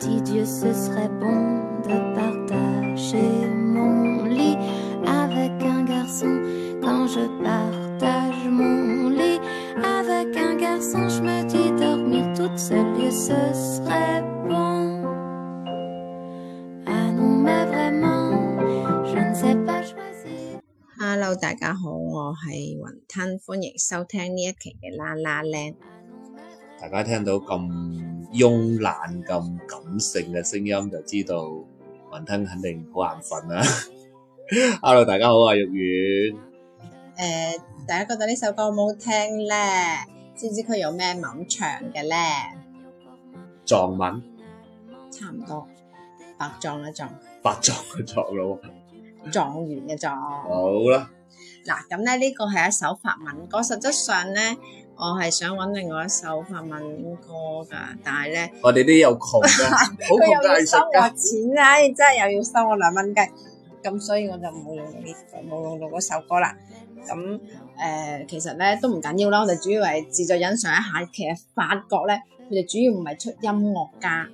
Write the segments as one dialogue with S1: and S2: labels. S1: ce serait bon de partager mon lit avec un garçon. Quand je partage mon lit avec un garçon, je me dis dormir toute seule et ce serait bon. Ah non, mais vraiment, je ne sais pas choisir.
S2: Hello，大家好，我係雲吞，歡迎收聽呢一期嘅啦啦靚。
S3: 大家聽到咁慵懶、咁感性嘅聲音，就知道雲吞肯定好眼瞓啦。Hello，大家好，我係玉丸。
S2: 诶、大家覺得呢首歌好唔好聽咧？知唔知佢有咩猛唱嘅咧？
S3: 藏文
S2: 差唔多，白撞嘅撞，
S3: 白撞嘅撞佬，
S2: 狀元嘅狀。
S3: 好啦，
S2: 嗱，咁咧呢個係一首法文歌，實質上咧我係想揾另外一首法文歌㗎，但係咧
S3: 我哋啲又窮 嘅，好
S2: 佢
S3: 窮
S2: 又要
S3: 嘅藝
S2: 收
S3: 術
S2: 我
S3: 家。
S2: 錢啊！唉真係又要收我兩蚊雞，咁所以我就冇用到呢冇用到嗰首歌啦。咁誒、呃其實咧都唔緊要啦，我哋主要係自在欣賞一下。其實法國咧，佢哋主要唔係出音樂家，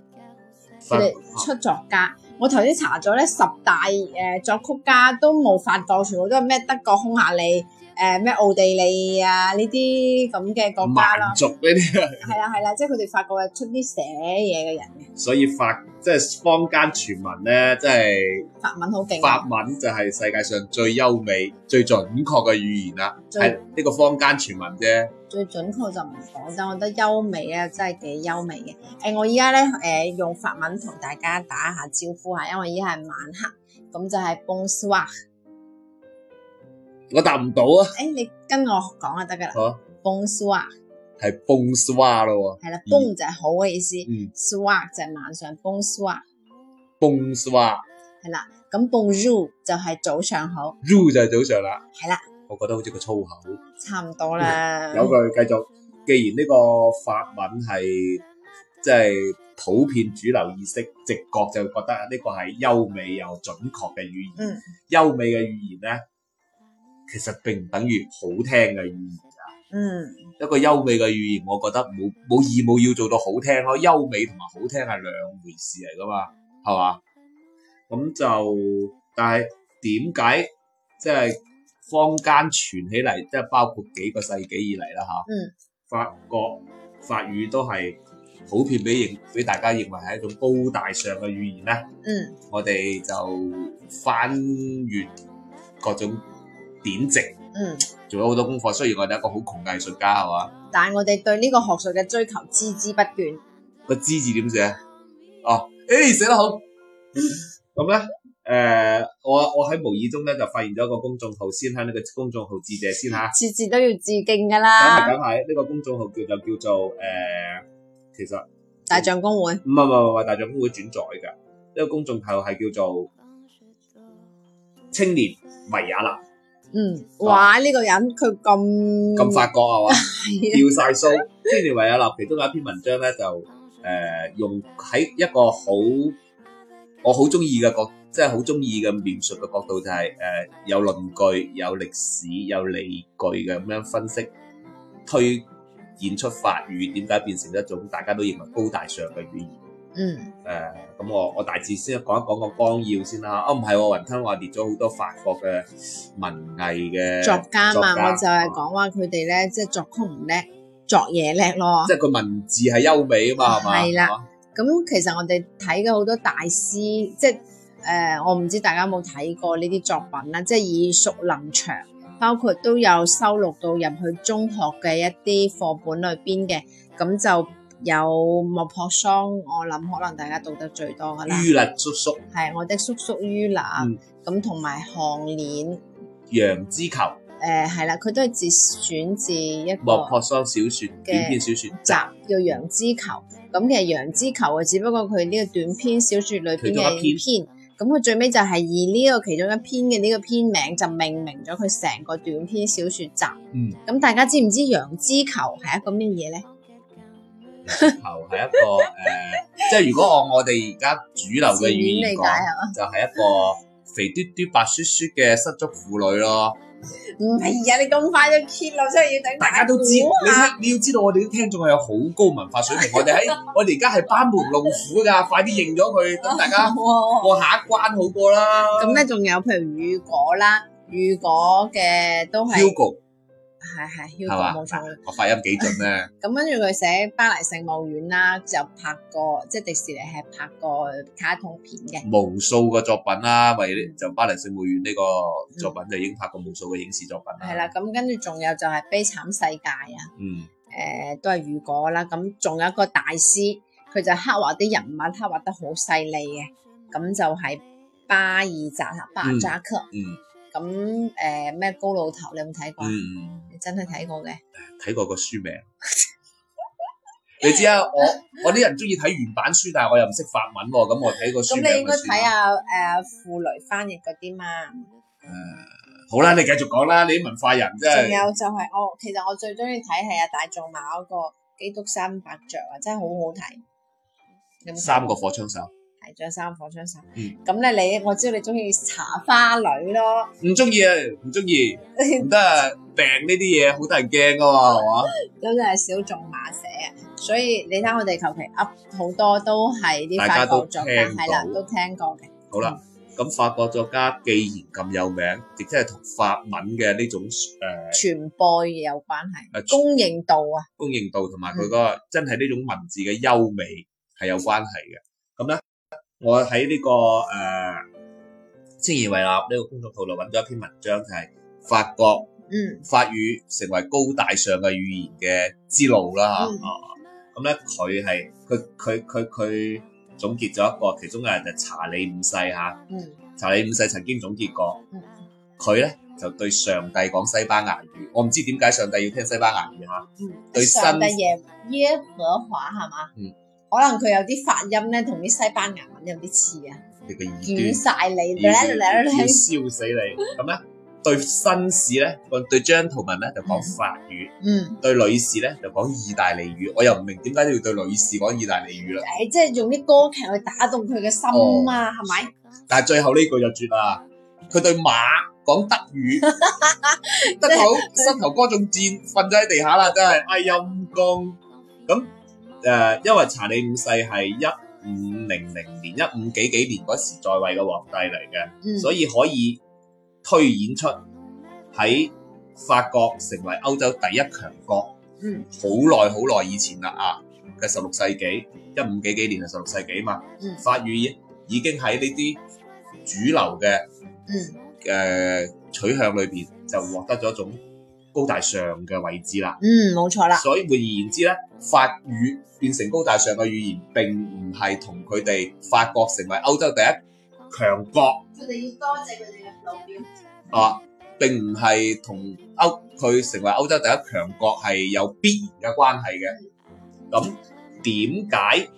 S3: Vâng.
S2: 佢哋出作家。我頭先查咗咧，十大誒、呃作曲家都冇法國，全部都係咩德國、匈牙利、誒咩奧地利啊呢啲咁嘅國家啦
S3: 民。族呢啲，
S2: 係啦係啦，即係佢哋法國係出啲寫嘢嘅人嘅，
S3: 所以法即係坊間傳聞咧，即係
S2: 法文好勁啊。
S3: 法文就係世界上最優美、最準確嘅語言啦，
S2: 最
S3: 係呢個坊間傳聞啫。
S2: 最準確就唔講，但我覺得優美咧真係幾優美嘅。誒、我而家咧誒用法文同大家打下招呼下，因為依家係晚黑，咁就係 bonsoir。
S3: 我答唔到 啊，
S2: 誒、你跟我講就得噶啦
S3: 好啊
S2: ，bonsoir
S3: 係 bonsoir 咯喎，
S2: 係啦
S3: 嗯
S2: ，bon 就係好嘅意思
S3: 嗯
S2: ，soir 就係晚上，bonsoir
S3: ，bonsoir。
S2: 係啦。咁 bonjour 就係早上好，
S3: U 就係早上啦。
S2: 係啦，
S3: 我覺得好似個粗口。
S2: 差唔多啦。
S3: 嗯有句繼續，既然呢個法文係即係普遍主流意識直覺就覺得呢個係優美又準確嘅語言。
S2: 嗯
S3: 優美嘅語言咧，其實並唔等於好聽嘅語言。
S2: 嗯，
S3: 一個優美嘅語言，我覺得冇冇義務要做到好聽咯。優美同埋好聽係兩回事嚟噶嘛，係嘛？咁就但係點解即係坊間傳起嚟，即係包括幾個世紀以嚟啦吓，
S2: 嗯
S3: 法國法語都係普遍俾認俾大家認為係一種高大上嘅語言咧。
S2: 嗯，
S3: 我哋就翻閱各種典籍，
S2: 嗯，
S3: 做咗好多功課。雖然我哋係一個好窮嘅藝術家，係嘛？
S2: 但係我哋對呢個學術嘅追求孜孜不倦。
S3: 個之字點寫啊？哦，誒寫得好。咁咧，誒、我我喺無意中咧就發現咗一個公眾號，先喺呢個公眾號致謝先嚇。
S2: 次次都要致敬噶
S3: 咁係
S2: 啦，
S3: 咁係，呢個公眾號叫就叫做誒、呃其實
S2: 大象公會。
S3: 唔係唔係唔係，大象公會轉載㗎。呢個公眾號係叫做青年維也納，
S2: 嗯，哇！呢、個人佢咁
S3: 啊咁法國係 嘛？
S2: 係啊
S3: 掉晒須。青年維也納其中有一篇文章咧，就誒、用喺一個好我好中意嘅角，即係好中意嘅描述嘅角度，就係、誒、呃有論據、有歷史、有理據嘅咁樣分析推演出法語點解變成一種大家都認為高大上嘅語言。
S2: 嗯
S3: 誒、咁我我大致先講一講個光耀先啦。啊，唔係喎，雲吞話列咗好多法國嘅文藝嘅
S2: 作家嘛，
S3: 作家
S2: 我就係講話佢哋咧，即係作曲唔叻，作嘢叻咯
S3: 即。係個文字係優美啊嘛，係嘛？
S2: 啊係啦咁其實我哋睇嘅好多大師，即係誒、呃我唔知大家有冇睇過呢啲作品啦，即係耳熟能詳，包括都有收錄到入去中學嘅一啲課本裏邊嘅，咁就有莫泊桑，我諗可能大家讀得最多噶啦，
S3: 啊於勒叔叔、
S2: 係我的叔叔於娜
S3: 嗯，
S2: 咁同埋項鏈。
S3: 羊之球、
S2: 誒呃係啦，佢都係自選自一
S3: 莫
S2: 個
S3: 泊桑小説、短篇小説
S2: 集叫《羊脂球》。咁其實《羊脂球》啊，只不過佢呢個短篇小説裏邊
S3: 其中
S2: 嘅
S3: 一篇
S2: 篇，咁佢最尾就係以呢個其中一篇嘅呢個篇名就命名咗佢成個短篇小説集。
S3: 嗯
S2: 咁大家知唔知《羊脂球》係一個咩嘢咧？
S3: 球係一個 誒，即係如果按我哋而家主流嘅語
S2: 字面
S3: 言
S2: 理解啊
S3: 講，
S2: 係嘛？
S3: 就係一個肥嘟嘟、白雪雪嘅失足婦女咯。
S2: 唔係啊，你咁快就揭露，真係要等
S3: 大家都知，你
S2: 估下
S3: 你要知道我哋啲聽眾係有好高文化水平，我 哋喺我哋而家係班門弄斧㗎，快啲認咗佢，等大家
S2: 哇
S3: 過下一關好過啦。
S2: 啊咁咧，仲有譬如如果啦，如果嘅都係
S3: Hugo，
S2: 係係
S3: 係嘛
S2: Hugo 冇錯。
S3: 我發音幾準咧？
S2: 咁跟住佢寫巴黎聖母院啦，就拍過即係迪士尼係拍過卡通片嘅。
S3: 無數嘅作品啦，為就巴黎聖母院呢個作品就已經拍過無數嘅影視作品啦。
S2: 嗯係，啦，咁跟住仲有就係《悲慘世界》啊，
S3: 嗯，
S2: 誒、都係雨果啦。咁仲有一個大師，佢就刻畫啲人物刻畫得好細膩嘅，咁就係巴爾扎克巴爾扎克。
S3: 嗯
S2: 咁誒咩高老頭，你有冇睇過啊？
S3: 嗯
S2: 你真係睇過嘅，
S3: 睇過個書名。你知 啊，我我啲人中意睇原版書，但係我又唔識法文喎，咁我睇個書
S2: 咁
S3: 名
S2: 你應
S3: 咪
S2: 該
S3: 算
S2: 睇啊
S3: 啦。
S2: 下誒傅雷翻譯嗰啲嘛。
S3: 好啦，你繼續講啦，你啲文化人真
S2: 仲
S3: 係。
S2: 有就係、我其實我最中意睇係阿大仲馬嗰個《基督山伯爵》啊，真係好好睇。有冇睇
S3: 三個火槍手，
S2: 係仲有三個火槍手
S3: 嗯。
S2: 咁咧、你我知道你中意茶花女咯，
S3: 唔中意啊，唔中意， 唔得啊！病呢啲嘢好得人驚噶嘛，係嘛？
S2: 咁就係小仲馬寫嘅，所以你睇我哋求其 up 好多都係啲
S3: 大家
S2: 法
S3: 都
S2: 國作家，
S3: 聽
S2: 係啦，
S3: 到
S2: 都聽過嘅。
S3: 好啦，咁法國作家既然咁有名，亦即係同法文嘅呢種誒、呃
S2: 傳播有關係，
S3: 啊
S2: 公認度啊，
S3: 公認度同埋
S2: 嗯
S3: 佢個真係呢種文字嘅優美係有關係嘅。咁咧，我喺呢、個誒千言為立呢個公眾號度揾咗一篇文章，就係、法國
S2: 嗯
S3: 法語成為高大上嘅語言嘅之路啦嚇。
S2: 嗯
S3: 啊咁咧，佢係佢佢佢佢總結咗一個，其中嘅就係查理五世嚇。
S2: 嗯
S3: 查理五世曾經總結過，
S2: 嗯，
S3: 佢咧就對上帝講西班牙語。我唔知點解上帝要聽西班牙語嚇。
S2: 嗯
S3: 對新
S2: 上帝耶耶和華係嘛？
S3: 嗯
S2: 可能佢有啲發音咧，同啲西班牙文有啲似啊，
S3: 你個耳
S2: 捲
S3: 端。
S2: 晒你，
S3: 要要燒死你。咁咧，對紳士咧，對 gentleman 咧就講法語，
S2: 嗯，
S3: 對女士咧就講意大利語。我又唔明點解要對女士講意大利語啦。
S2: 誒，即係用啲歌劇去打動佢嘅心啊，係咪？
S3: 但係最後呢句就絕啦，佢對馬講德語，得到膝頭哥仲箭，瞓咗喺地下啦，真係哎陰公。咁誒、呃因為查理五世係一五零零年、一五幾幾年嗰時在位嘅皇帝嚟嘅。
S2: 嗯，
S3: 所以可以推演出喺法國成為歐洲第一強國，
S2: 嗯
S3: 好耐好耐以前啦啊嘅十六世紀一五幾幾年係十六世紀嘛，
S2: 嗯
S3: 法語已已經喺呢啲主流嘅
S2: 嗯
S3: 誒、呃取向裏邊就獲得咗一種高大上嘅位置啦。
S2: 嗯，冇錯啦，
S3: 所以換而言之咧，法語變成高大上嘅語言，並唔係同佢哋法國成為歐洲第一強國。
S2: 佢哋要多謝佢哋嘅老表，
S3: 啊，並唔係同歐佢成為歐洲第一強國係有必然嘅關係嘅。咁點解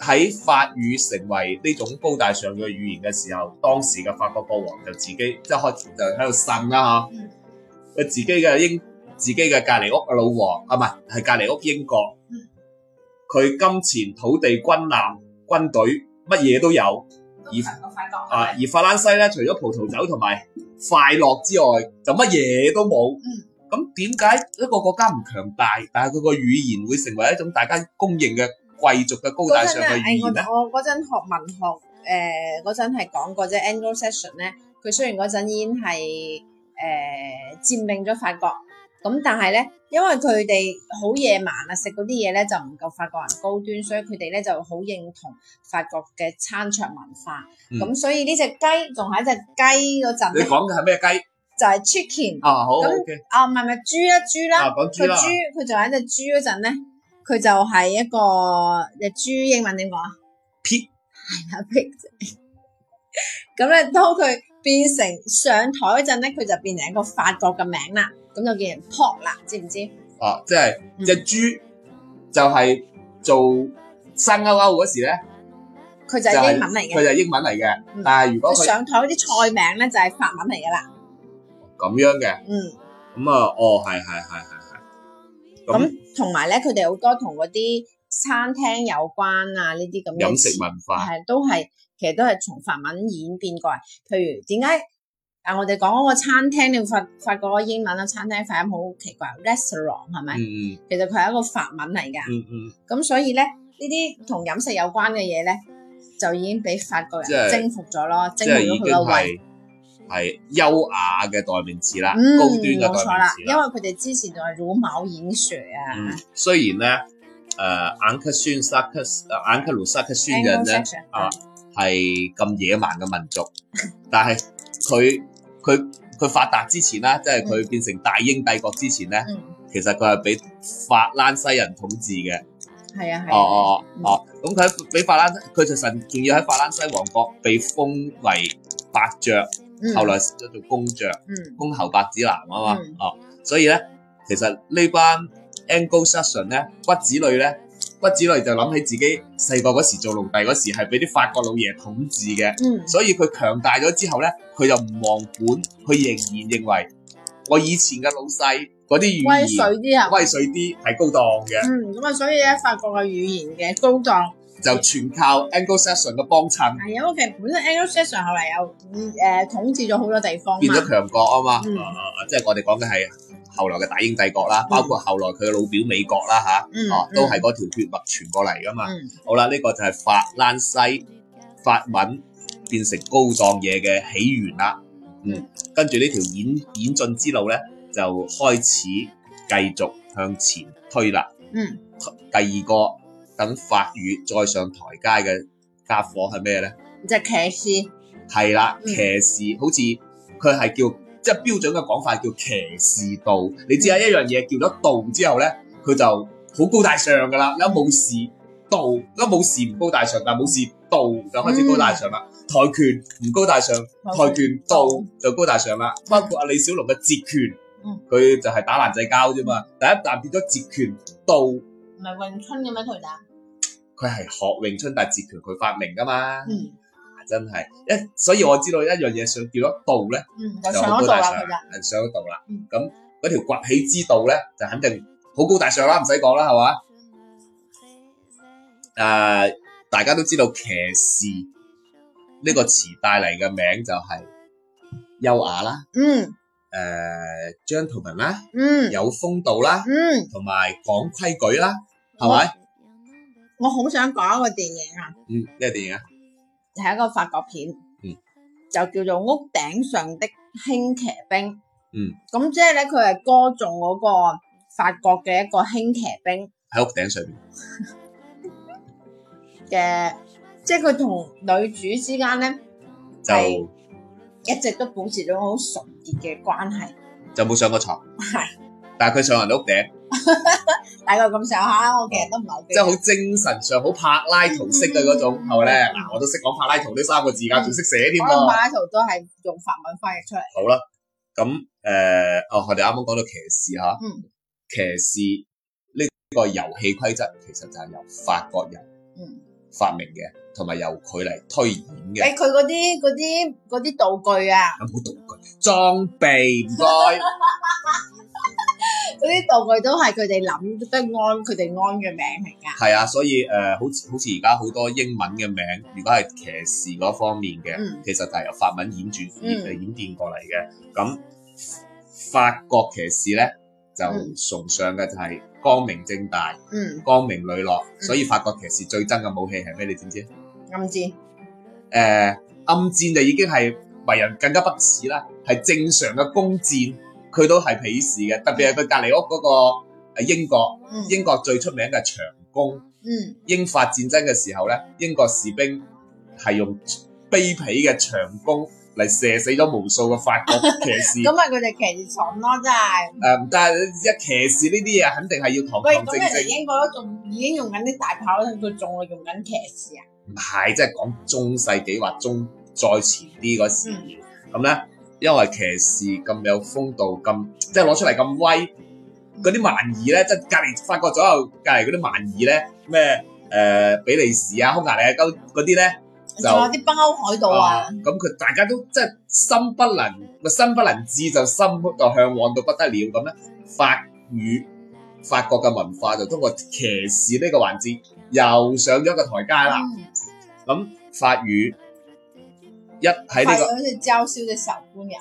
S3: 喺法語成為呢種高大上嘅語言嘅時候，當時嘅法國國王就自己即係開始就喺度呻啦
S2: 嗯
S3: 嚇，佢自己嘅英自己嘅隔離屋嘅老王啊，唔係係隔離屋英國
S2: 嗯，
S3: 佢金錢、土地、軍艦、軍隊乜嘢都有。
S2: 都強過法國
S3: 啊，而法蘭西咧，除咗葡萄酒同埋快樂之外，就乜嘢都冇
S2: 嗯。
S3: 咁點解一個國家唔強大，但係佢個語言會成為一種大家公認嘅貴族嘅高大
S2: 嗰陣啊
S3: 上嘅語言
S2: 咧，
S3: 咧
S2: 誒？我我嗰陣學文學，誒嗰陣係講過啫，Anglo-Saxon 咧，佢雖然嗰陣已經係呃誒佔領咗法國，咁但係咧，因為佢哋好野蠻啊，食嗰啲嘢咧就唔夠法國人高端，所以佢哋咧就好認同法國嘅餐桌文化。
S3: 嗯
S2: 咁、所以呢只雞仲係一隻雞嗰陣
S3: 你
S2: 咧，
S3: 講嘅係咩雞
S2: 就係 chicken
S3: 啊？好
S2: 哎咁
S3: OK
S2: 啊，唔係唔係豬啦豬啦。
S3: 啊，講
S2: 佢
S3: 豬啦
S2: 豬，佢就喺只豬嗰陣咧，佢就係一個只豬英文點講啊
S3: Pig
S2: 係啊 pig 咁咧，當佢變成上台嗰陣咧，佢就變成一個法國嘅名啦，咁就叫人 pork 啦，知唔知？
S3: 啊，即係
S2: 嗯
S3: 只豬就係做生勾勾嗰時咧，
S2: 佢就
S3: 就
S2: 係
S3: 係
S2: 英文嚟
S3: 佢
S2: 嘅，
S3: 就係英文嚟嘅
S2: 嗯。
S3: 但係如果
S2: 佢
S3: 佢
S2: 上台嗰啲菜名咧就係法文嚟噶啦。
S3: 咁樣嘅，
S2: 嗯，
S3: 咁啊，哦，係係係係係。咁
S2: 咁同埋咧，佢哋好多同嗰啲餐廳有關啊，呢啲咁嘅
S3: 飲食文化
S2: 係都係其實都係從法文演變過嚟。譬如點解啊？我哋講嗰個餐廳，你會發發覺嗰個英文啊，餐廳發音好奇怪，restaurant 係咪？
S3: 嗯
S2: 其實佢係一個法文嚟㗎。
S3: 嗯嗯，
S2: 咁所以咧，呢啲同飲食有關嘅嘢咧，就已經俾法國
S3: 即
S2: 人
S3: 係
S2: 征服咗咯，
S3: 即
S2: 征服
S3: 係已
S2: 咗
S3: 經
S2: 佢個胃。
S3: 係係優雅嘅代名詞啦，
S2: 嗯，
S3: 高端嘅代
S2: 冇錯啦，
S3: 名詞
S2: 因
S3: 啦。
S2: 為佢哋之前就係茹毛飲血啊
S3: 嗯，雖然呃咧誒眼咳酸沙咳眼咳盧沙咳酸嘅人咧。
S2: Anglo-Saxon，
S3: 啊係咁野蠻嘅民族， 但係佢佢佢發達之前啦，即係佢變成大英帝國之前咧，
S2: 嗯，
S3: 其實佢係俾法蘭西人統治嘅。
S2: 係啊，係啊。
S3: 哦哦哦，咁佢喺俾法蘭，佢就神仲要喺法蘭西王國被封為伯爵，
S2: 嗯
S3: 後來咗做公爵，
S2: 嗯
S3: 公侯伯子男啊嘛
S2: 嗯。
S3: 哦，所以咧，其實呢班 Anglo-Saxon 咧，骨子裏咧。骨子裏就諗起自己細個嗰時做奴隸嗰時係俾啲法國老爺統治嘅，
S2: 嗯
S3: 所以佢強大咗之後咧，佢就唔忘本，佢仍然認為我以前嘅老細嗰啲語
S2: 威
S3: 言
S2: 水啲啊，
S3: 威水啲係高檔嘅，
S2: 嗯，咁啊，所以咧法國嘅語言嘅高檔
S3: 就全靠 Anglo-Saxon 嘅幫襯，
S2: 係因啊為其實本身 Anglo-Saxon 後嚟又誒、統治咗好多地方
S3: 變
S2: 嘛
S3: 咗，強國啊嘛，
S2: 嗯
S3: 啊啊啊即係我哋講嘅係後來嘅大英帝國啦，包括後來佢嘅老表美國啦吓，
S2: 嗯，
S3: 哦、
S2: 嗯
S3: 都係嗰啊條血脈傳過嚟噶嘛。
S2: 嗯
S3: 好啦，呢、個就係法蘭西法文變成高檔嘢嘅起源啦。嗯，跟住呢條演演進之路咧，就開始繼續向前推啦。
S2: 嗯，
S3: 第二個等法語再上台階嘅家伙係咩咧？
S2: 即係騎士，
S3: 係啦，
S2: 嗯
S3: 騎士好似佢係叫即係標準嘅講法叫騎士道。你知啊，一樣嘢叫咗道之後咧，佢就好高大上噶啦。你一冇事道，一冇事唔高大上，但係冇事道就開始高大上啦。跆拳唔高大上，嗯跆拳道就高大上啦。包括阿李小龍嘅截拳
S2: 嗯，
S3: 佢就係打爛仔交啫嘛。第一啖變咗截拳道，
S2: 唔係詠春嘅咩佢打？
S3: 佢係學詠春，但係截拳佢發明噶嘛，
S2: 嗯
S3: 真係一所以我知道一樣嘢想叫咗道咧。
S2: 嗯，就
S3: 就
S2: 上
S3: 好
S2: 咗
S3: 高
S2: 度
S3: 大
S2: 啦
S3: 上
S2: 佢就，
S3: 係上咗度啦
S2: 嗯。
S3: 咁嗰條崛起之道咧，就肯定好高大上啦，唔使講啦，係嘛？誒、大家都知道騎士呢個詞帶嚟嘅名就係優雅啦，
S2: 嗯
S3: 誒、gentleman 啦，
S2: 嗯
S3: 有風度啦，
S2: 嗯，
S3: 同埋講規矩啦，係咪？
S2: 啊我好想講一個電影啊，
S3: 嗯，呢個電影啊，
S2: 係一個法國片，
S3: 嗯
S2: 就叫做《屋頂上的輕騎兵》。
S3: 嗯，
S2: 咁即係咧，佢係歌頌嗰個法國嘅一個輕騎兵
S3: 喺屋頂上面，
S2: 嘅，即係佢同女主之間咧係
S3: 就
S2: 一直都保持咗好純潔嘅關係，
S3: 就冇上過床，
S2: 係
S3: 但係佢上人哋屋頂，
S2: 大概咁上下啦。我其實都唔係好啊嗯記
S3: 即
S2: 得
S3: 係好精神上好柏拉圖式嘅嗰種，係咪咧？嗱，我都識講柏拉圖呢三個字㗎，仲識寫添
S2: 可能柏
S3: 啊！
S2: 拉圖都係用法文翻譯出嚟。
S3: 好啦，咁誒、呃哦，我哋啱啱講到騎士嚇，
S2: 嗯
S3: 騎士呢個遊戲規則其實就係由法國人
S2: 嗯，哎
S3: 發明嘅，同埋由佢嚟推演嘅。
S2: 誒佢嗰啲嗰啲嗰啲道具啊，
S3: 有冇道具裝備唔該？
S2: 嗰啲道具都係佢哋諗，都係安佢哋安嘅名嚟㗎。
S3: 係啊，所以誒、呃好似好似而家好多英文嘅名，如果係騎士嗰方面嘅，
S2: 嗯
S3: 其實就係由法文演轉
S2: 嗯
S3: 演演變過嚟嘅。咁法國騎士咧就
S2: 嗯
S3: 崇尚嘅就係光明正大、
S2: 嗯，
S3: 光明磊落，所以法國騎士最憎嘅武器係咩？你知唔知？誒、呃
S2: 暗戰。
S3: 暗箭就已經係為人更加不齒啦，係正常嘅弓箭佢都係鄙視嘅，特別係佢隔離屋嗰個呃英國，
S2: 嗯
S3: 英國最出名嘅長弓。
S2: 嗯
S3: 英法戰爭嘅時候咧，英國士兵係用卑鄙嘅長弓嚟射死咗無數嘅法 國騎士。
S2: 咁咪佢哋騎士蠢咯，真係。
S3: 誒、但係一騎士呢啲嘢肯定係要堂
S2: 喂，
S3: 堂
S2: 咁
S3: 哦正
S2: 人哋
S3: 正，
S2: 英國都仲已經用緊啲大炮啦，佢仲係用緊騎士啊？
S3: 唔係即係講中世紀或中再前啲嗰時
S2: 嗯
S3: 咁咧、因為騎士咁有風度，咁即係攞出嚟咁威，嗰啲蠻夷咧，即係隔離法國左右隔離嗰啲蠻夷咧，咩誒、比利時啊、匈牙利啊嗰嗰啲咧。就
S2: 仲有啲北歐海盜啊，
S3: 咁佢大家都即係心不能，咪心不能至就心就向往到不得了咁咧。法語法國嘅文化就通過啊騎士呢個環節又上咗一個台階啦。
S2: 嗯
S3: 咁法語一喺呢、
S2: 係
S3: 個
S2: 好似嬌羞嘅小姑娘，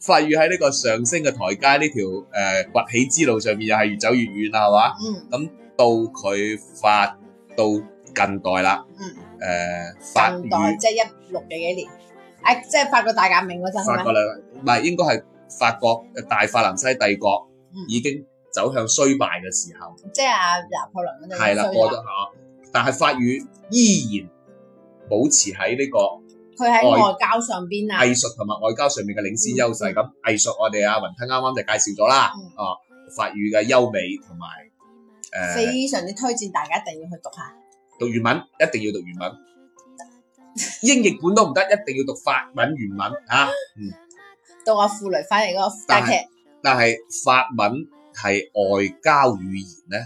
S3: 法語喺呢個上升嘅台階呢條誒崛起之路上面又係越走越遠啦，係嘛？
S2: 嗯，
S3: 到佢發到近代啦，誒
S2: 嗯、
S3: 法
S2: 近代
S3: 語
S2: 即係一六幾幾年，誒，即係法國大革命嗰陣
S3: 法
S2: 係
S3: 國
S2: 咪？
S3: 啦，唔係應該係法國嘅大法蘭西帝國
S2: 嗯
S3: 已經走向衰敗嘅時候，
S2: 即係阿拿破崙嗰陣
S3: 係啦，
S2: 衰
S3: 過咗
S2: 咗
S3: 下，但係法語依然保持喺呢個。
S2: 佢喺外交上邊啊，
S3: 藝術同埋外交上面嘅領先優勢。咁藝術我哋阿雲吞啱啱就介紹咗啦
S2: 嗯，
S3: 啊，法語嘅優美同埋誒
S2: 非常之推薦大家一定要去讀下。
S3: 讀原文一定要讀 原文，英譯本都唔得，一定要讀法文原文啊！
S2: 到阿傅雷翻嚟嗰個，
S3: 但
S2: 但
S3: 係
S2: 其實
S3: 但係法文係外交語言咧，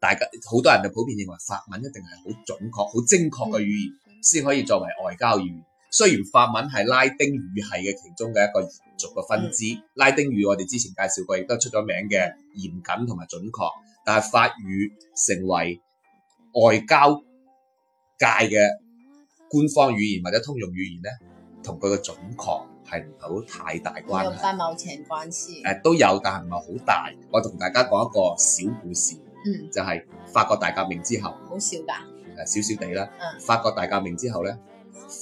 S3: 大家好多人就普遍認為法文一定係好準確、好精確嘅語言，先可以作為外交語言。雖然法文係拉丁語系嘅其中嘅一個延續嘅分支，拉丁語我哋之前介紹過，亦都出咗名嘅嚴謹同埋準確，但係法語成為外交界嘅官方語言或者通用語言咧，同佢嘅準確係唔係好太大關
S2: 有
S3: 係。
S2: 翻某程關係
S3: 誒、。都有，但係唔係好大。我同大家講一個小故事，
S2: 嗯，
S3: 就係、法國大革命之後，誒、
S2: 好笑㗎，
S3: 少少地啦。
S2: 嗯
S3: 法國大革命之後咧，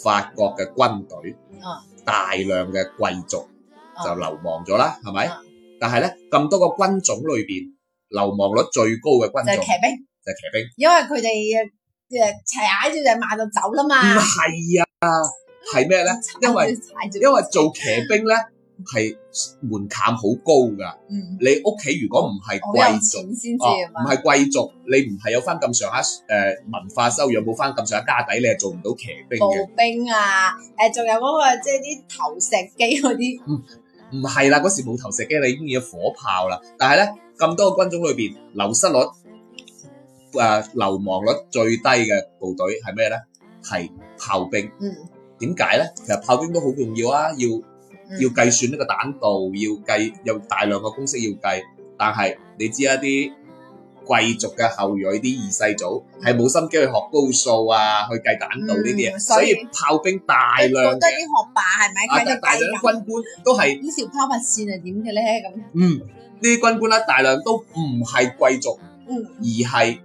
S3: 法國嘅軍隊、
S2: 嗯
S3: 大量嘅貴族
S2: 嗯
S3: 就流亡咗啦，係咪？
S2: 嗯
S3: 但係咧咁多個軍種裏邊，流亡率最高嘅軍
S2: 就係
S3: 種
S2: 騎兵，
S3: 就係騎兵。
S2: 因為佢哋誒踩住隻馬就走啦嘛
S3: 唔，係啊，係咩 咧？因為
S2: 踩住
S3: 因為做騎兵咧係門檻好高㗎，
S2: 嗯，
S3: 你屋企如果唔係
S2: 好有
S3: 貴族。
S2: 錢先至
S3: 哦，
S2: 啊
S3: 唔
S2: 嘛，
S3: 係貴族，你唔係有翻咁上下誒文化修養，冇翻咁上下家底，你係做唔到騎兵嘅。
S2: 步兵啊，誒仲有嗰個即係啲投石機嗰啲，
S3: 唔係啦，嗰時冇投石機，你已經有火炮啦。但係咧，咁多個軍種裏邊，流失率誒、流亡率最低嘅部隊係咩咧？係炮兵。
S2: 嗯
S3: 點解咧？其實炮兵都好重要啊，要
S2: 嗯
S3: 要計算呢個彈道，要計有大量嘅公式要計。但係你知一啲貴族嘅後裔啲二世祖係冇心機去學高數啊，去計彈道呢啲嘢，
S2: 嗯
S3: 所
S2: 所以
S3: 以炮兵大
S2: 好
S3: 量
S2: 多啲
S3: 嘅
S2: 學霸係咪？
S3: 啊
S2: 佢就
S3: 大量
S2: 計
S3: 嘅
S2: 緊
S3: 軍官都係
S2: 呢條拋物線係點嘅咧？咁
S3: 嗯呢啲軍官啦，大量都唔係貴族，
S2: 嗯
S3: 而係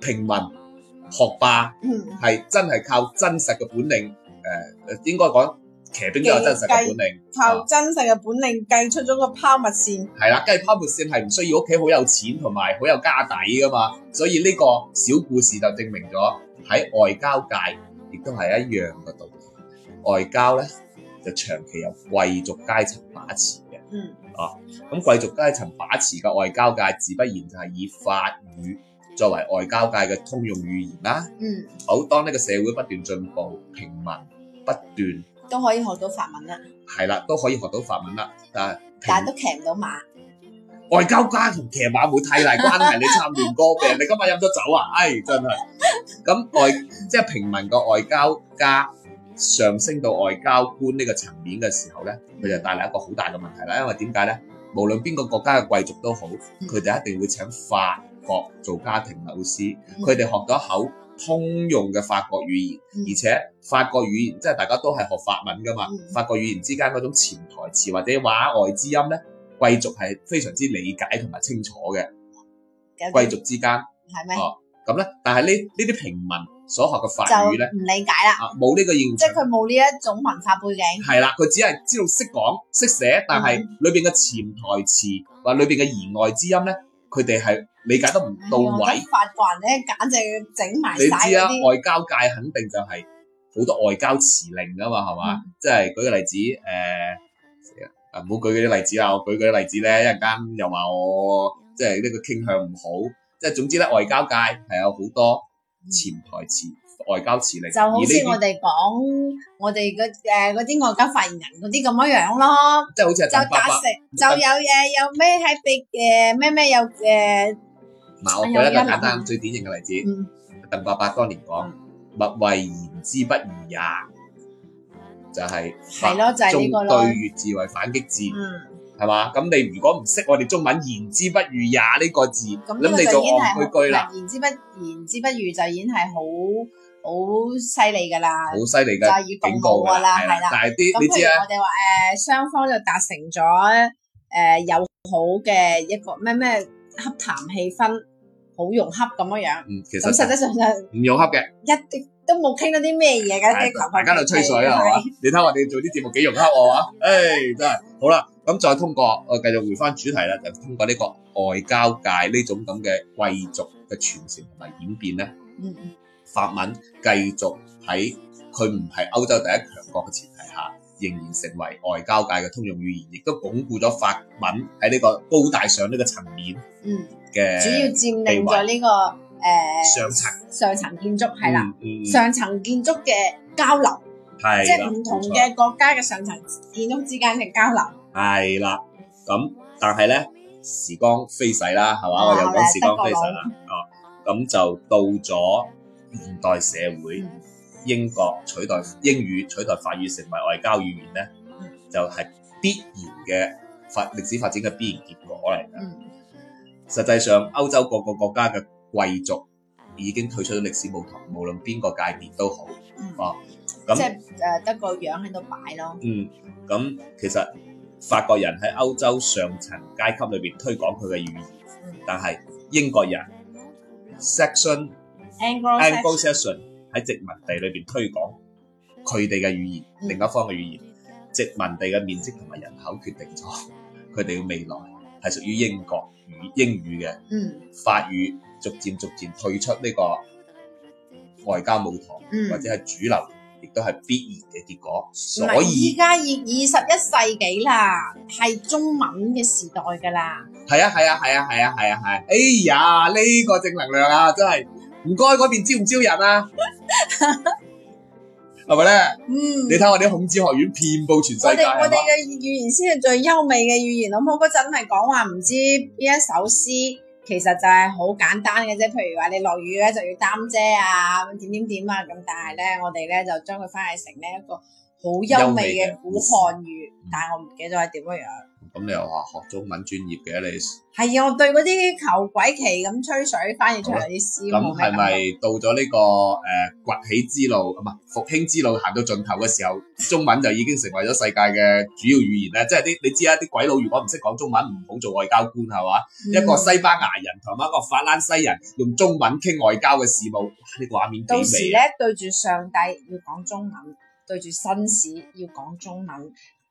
S3: 平民學霸，
S2: 嗯，
S3: 係真係靠真實嘅本領。誒、應該講騎兵都有真實嘅本領。
S2: 靠真實嘅本領計出咗個拋物線，
S3: 係啦，跟住拋物線係唔需要屋企好有錢同埋好有家底噶嘛，所以呢個小故事就證明咗喺外交界亦都係一樣嘅道理。外交咧就長期由貴族階層把持嘅，
S2: 嗯
S3: 啊，咁貴族階層把持嘅外交界，自不然就係以法語作為外交界嘅通用語言啦。
S2: 嗯，
S3: 好，當呢個社會不斷進步，平民不斷
S2: 都可以學到法文啦，
S3: 係啦，都可以學到法文啦，但係平
S2: 但係都騎唔到馬。
S3: 外交家同騎馬冇太大關係，你插亂歌病，你今日飲咗酒啊？唉、真係。咁外即係平民個外交家上升到外交官呢個層面嘅時候咧，佢就帶嚟一個好大嘅問題啦。因為點解咧？無論邊個國家嘅貴族都好，佢哋一定會請法國做家庭老師，佢哋學到一口通用嘅法國語言，
S2: 嗯
S3: 而且法國語言即係大家都係學法文噶嘛
S2: 嗯，
S3: 法國語言之間嗰種潛台詞或者話外之音咧，貴族係非常之理解同埋清楚嘅，貴族之間
S2: 係咪？
S3: 哦咁咧，但係呢呢啲平民所學嘅法語咧
S2: 就唔理解啦，
S3: 啊冇呢個應
S2: 即
S3: 用
S2: 係。佢冇呢一種文化背景。
S3: 係啦，佢只係知道識講識
S2: 嗯
S3: 寫，但係裏邊嘅潛台詞或裏邊嘅言外之音咧，佢哋係理解得唔到
S2: 哎呀。我
S3: 位
S2: 覺得法國人咧，簡直整埋
S3: 你
S2: 晒
S3: 知
S2: 嗰
S3: 啊，
S2: 啲
S3: 外交界肯定就係好多外交辭令噶嘛，係嘛？
S2: 嗯
S3: 即係舉個例子，誒、死啦啊唔好舉嗰啲例子啦，我舉嗰啲例子咧，一陣間又話我即係呢個傾向唔好，即係總之咧，外交界係有好多潛台詞、外交辭令，
S2: 嗯就好似
S3: 而
S2: 我
S3: 呢啲
S2: 哋講我哋嗰誒嗰啲外交發言人嗰啲咁樣樣咯，
S3: 即係好似係
S2: 就
S3: 鄧伯
S2: 達
S3: 伯，
S2: 成就有誒有咩喺鼻誒咩咩有誒
S3: 嗱，我舉一個
S2: 哎呀
S3: 簡單最典型嘅例子，
S2: 嗯
S3: 鄧伯伯當年講：勿謂言之不如也，就係
S2: 係咯，就係
S3: 中
S2: 呢個咯
S3: 對，越自衛反擊戰。
S2: 嗯，
S3: 係嘛？咁你如果唔識我哋中文言之不如也呢個字，
S2: 咁
S3: 咁
S2: 呢個
S3: 你
S2: 就
S3: 就
S2: 已經
S3: 戇
S2: 係
S3: 居居啦。
S2: 言之不言之不如就已經係好好犀利㗎啦，
S3: 好犀利
S2: 就係
S3: 嘅
S2: 要
S3: 警
S2: 動
S3: 告
S2: 武
S3: 㗎
S2: 㗎啦，
S3: 係
S2: 係
S3: 啦
S2: 啦。。
S3: 但係啲
S2: 咁
S3: 你
S2: 譬
S3: 知
S2: 如
S3: 啊，
S2: 我哋話誒，雙方就達成咗誒、友好嘅一個咩咩洽談氣氛，好融洽咁樣樣。
S3: 嗯，其
S2: 咁實
S3: 實
S2: 質上就
S3: 唔用恰嘅。
S2: 一啲都冇傾到啲咩嘢㗎，即係求
S3: 大家喺度吹水啊，係嘛？你睇我哋做啲節目幾融洽我啊，誒真係好啦。咁再通過呃我繼續回翻主題啦，就通過呢個外交界呢種咁嘅貴族嘅傳承同埋演變咧，
S2: 嗯嗯
S3: 法文繼續喺佢唔係歐洲第一強國嘅前提下，仍然成為外交界嘅通用語言，亦都鞏固咗法文喺呢個高大上呢個層面
S2: 嗯，
S3: 嘅
S2: 主要佔領咗呢、個誒、
S3: 上層
S2: 上層建築係啦，，
S3: 嗯嗯
S2: 上層建築嘅交流，即
S3: 係
S2: 係
S3: 啦，
S2: 唔同
S3: 冇錯
S2: 嘅國家嘅上層建築之間嘅交流。
S3: 係啦，咁但係咧，時光飛逝啦，係嘛？
S2: 啊
S3: 我又講時光飛逝啦
S2: 得，
S3: 哦，咁就到咗現代社會，
S2: 嗯
S3: 英國取代英語取代法語成為外交語言咧，就係、必然嘅發歷史發展嘅必然結果嚟嘅。
S2: 嗯
S3: 實際上，歐洲各個國家嘅貴族已經退出咗歷史舞台，無論邊個界別都好。
S2: 嗯，
S3: 哦咁
S2: 即係誒得個樣喺度擺咯。
S3: 嗯，咁其實法國人喺歐洲上層階級裏邊推廣佢嘅語言，但係英國人 section
S2: Anglo-Saxon
S3: Anglo-Saxon 喺殖民地裏邊推廣佢哋嘅語言，
S2: 嗯
S3: 另一方嘅語言。殖民地嘅面積同埋人口決定咗 佢哋嘅未來係屬於英國語英語嘅
S2: 嗯
S3: 法語，逐漸逐漸退出呢個外交舞台，
S2: 嗯
S3: 或者係主流，亦都係必然嘅結果。
S2: 唔
S3: 所
S2: 係，
S3: 以
S2: 依家二二十一世紀啦，係中文嘅時代噶啦。
S3: 係啊係啊係啊係啊係啊係啊！哎呀，呢個正能量啊，真係唔該嗰邊招唔招人 啊？係咪咧？
S2: 嗯，
S3: 你睇我哋孔子學院遍佈全
S2: 我
S3: 世界
S2: 哋我
S3: 係
S2: 哋
S3: 嘛？
S2: 嘅語言先係最優美嘅語言，好冇？嗰陣係講話唔知邊一首詩，其實就係好簡單嘅啫。譬如話你落雨咧就要擔遮啊，點點點啊咁。但係咧，我哋咧就將佢翻譯成呢一個好優美嘅古漢
S3: 嗯
S2: 語，但係我唔記得咗係點樣樣。
S3: 咁你又話學中文專業嘅你，
S2: 係啊，我對嗰啲求鬼旗咁吹水翻譯出嚟啲詩，
S3: 咁
S2: 冇咩感覺
S3: 係咪到咗呢、個誒、崛起之路唔係復興之路行到盡頭嘅時候，中文就已經成為咗世界嘅主要語言咧？即係啲你知啊，啲鬼佬如果唔識講中文，唔好做外交官係嘛？一個
S2: 嗯
S3: 西班牙人同埋一個法蘭西人用中文傾外交嘅事務，哇！呢、個畫面幾
S2: 到時
S3: 美啊！
S2: 咧對住上帝要講中文，對住紳士要講中文，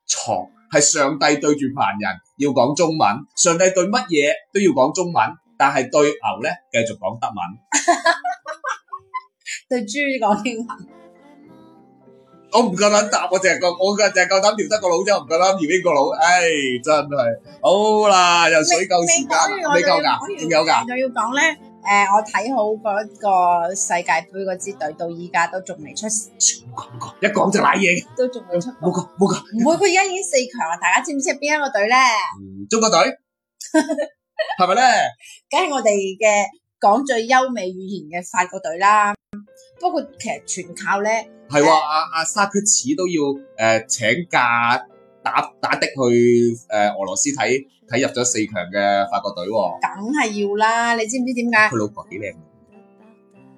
S3: 床係上帝對住凡人要講中文，上帝對乜嘢都要講中文，但係對牛咧繼續講德文。
S2: 對豬講英文。
S3: 我唔夠膽答，我淨係夠，我淨係夠膽調德國佬啫，我唔夠膽調英國佬。唉、真係好啦，又水夠時間
S2: 你
S3: 啦，你夠㗎，仲有㗎，
S2: 仲要講咧，誒、我睇好嗰個世界盃嗰支隊，到依家都仲未出，
S3: 一講就賴嘢，
S2: 都仲未出。
S3: 冇講冇講。
S2: 唔會，佢而家已經四強啦，大家知唔知係邊一個隊咧？
S3: 嗯中國隊係咪咧？
S2: 梗係我哋嘅講最優美語言嘅法國隊啦。不過其實全靠咧。
S3: 係喎，阿阿沙克茨都要誒、呃、請假打打的去誒、呃俄羅斯睇睇入咗四強嘅法國隊喎，
S2: 梗係要啦，你知唔知點解？
S3: 佢老婆幾靚，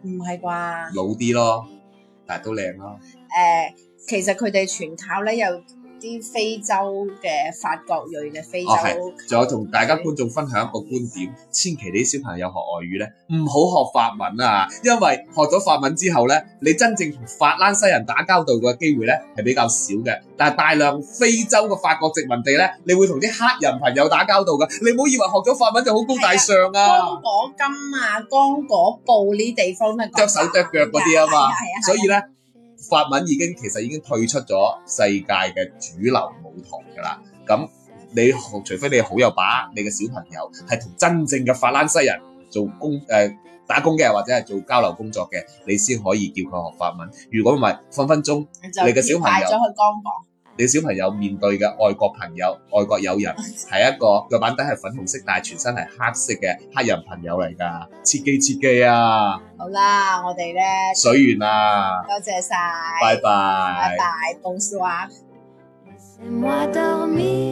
S2: 唔係啩？
S3: 老啲咯，但係都靚咯。
S2: 誒、其實佢哋全靠咧有啲非洲嘅法國裔嘅非洲
S3: 哦係仲有同大家觀眾分享一個觀點，千祈啲小朋友學外語咧，唔好學法文啊，因為學咗法文之後咧，你真正同法蘭西人打交道嘅機會咧係比較少嘅。但係大量非洲嘅法國殖民地咧，你會同啲黑人朋友打交道㗎。你唔好以為學咗法文就好高大上啊！
S2: 剛果金啊、剛果布呢啲地方咧，
S3: 剁手剁腳嗰啲啊嘛
S2: 係啊，係啊
S3: 所以咧，法文已經其實已經退出咗世界嘅主流舞台㗎啦。咁你學除非你好有把握，你嘅小朋友係同真正嘅法蘭西人做工誒、呃打工嘅，或者係做交流工作嘅，你先可以叫佢學法文。如果唔係，分分鐘
S2: 啊就
S3: 你嘅小朋
S2: 帶
S3: 友
S2: 咗去剛果，
S3: 你小朋友面對嘅外國朋友、外國友人係一個腳板底係粉紅色，但係全身係黑色嘅黑人朋友嚟㗎，切記切記啊，
S2: 好啦，我哋咧
S3: 水源啊，
S2: 多謝晒，
S3: 拜拜
S2: 拜拜，公司話。
S1: Laissez-moi dormir.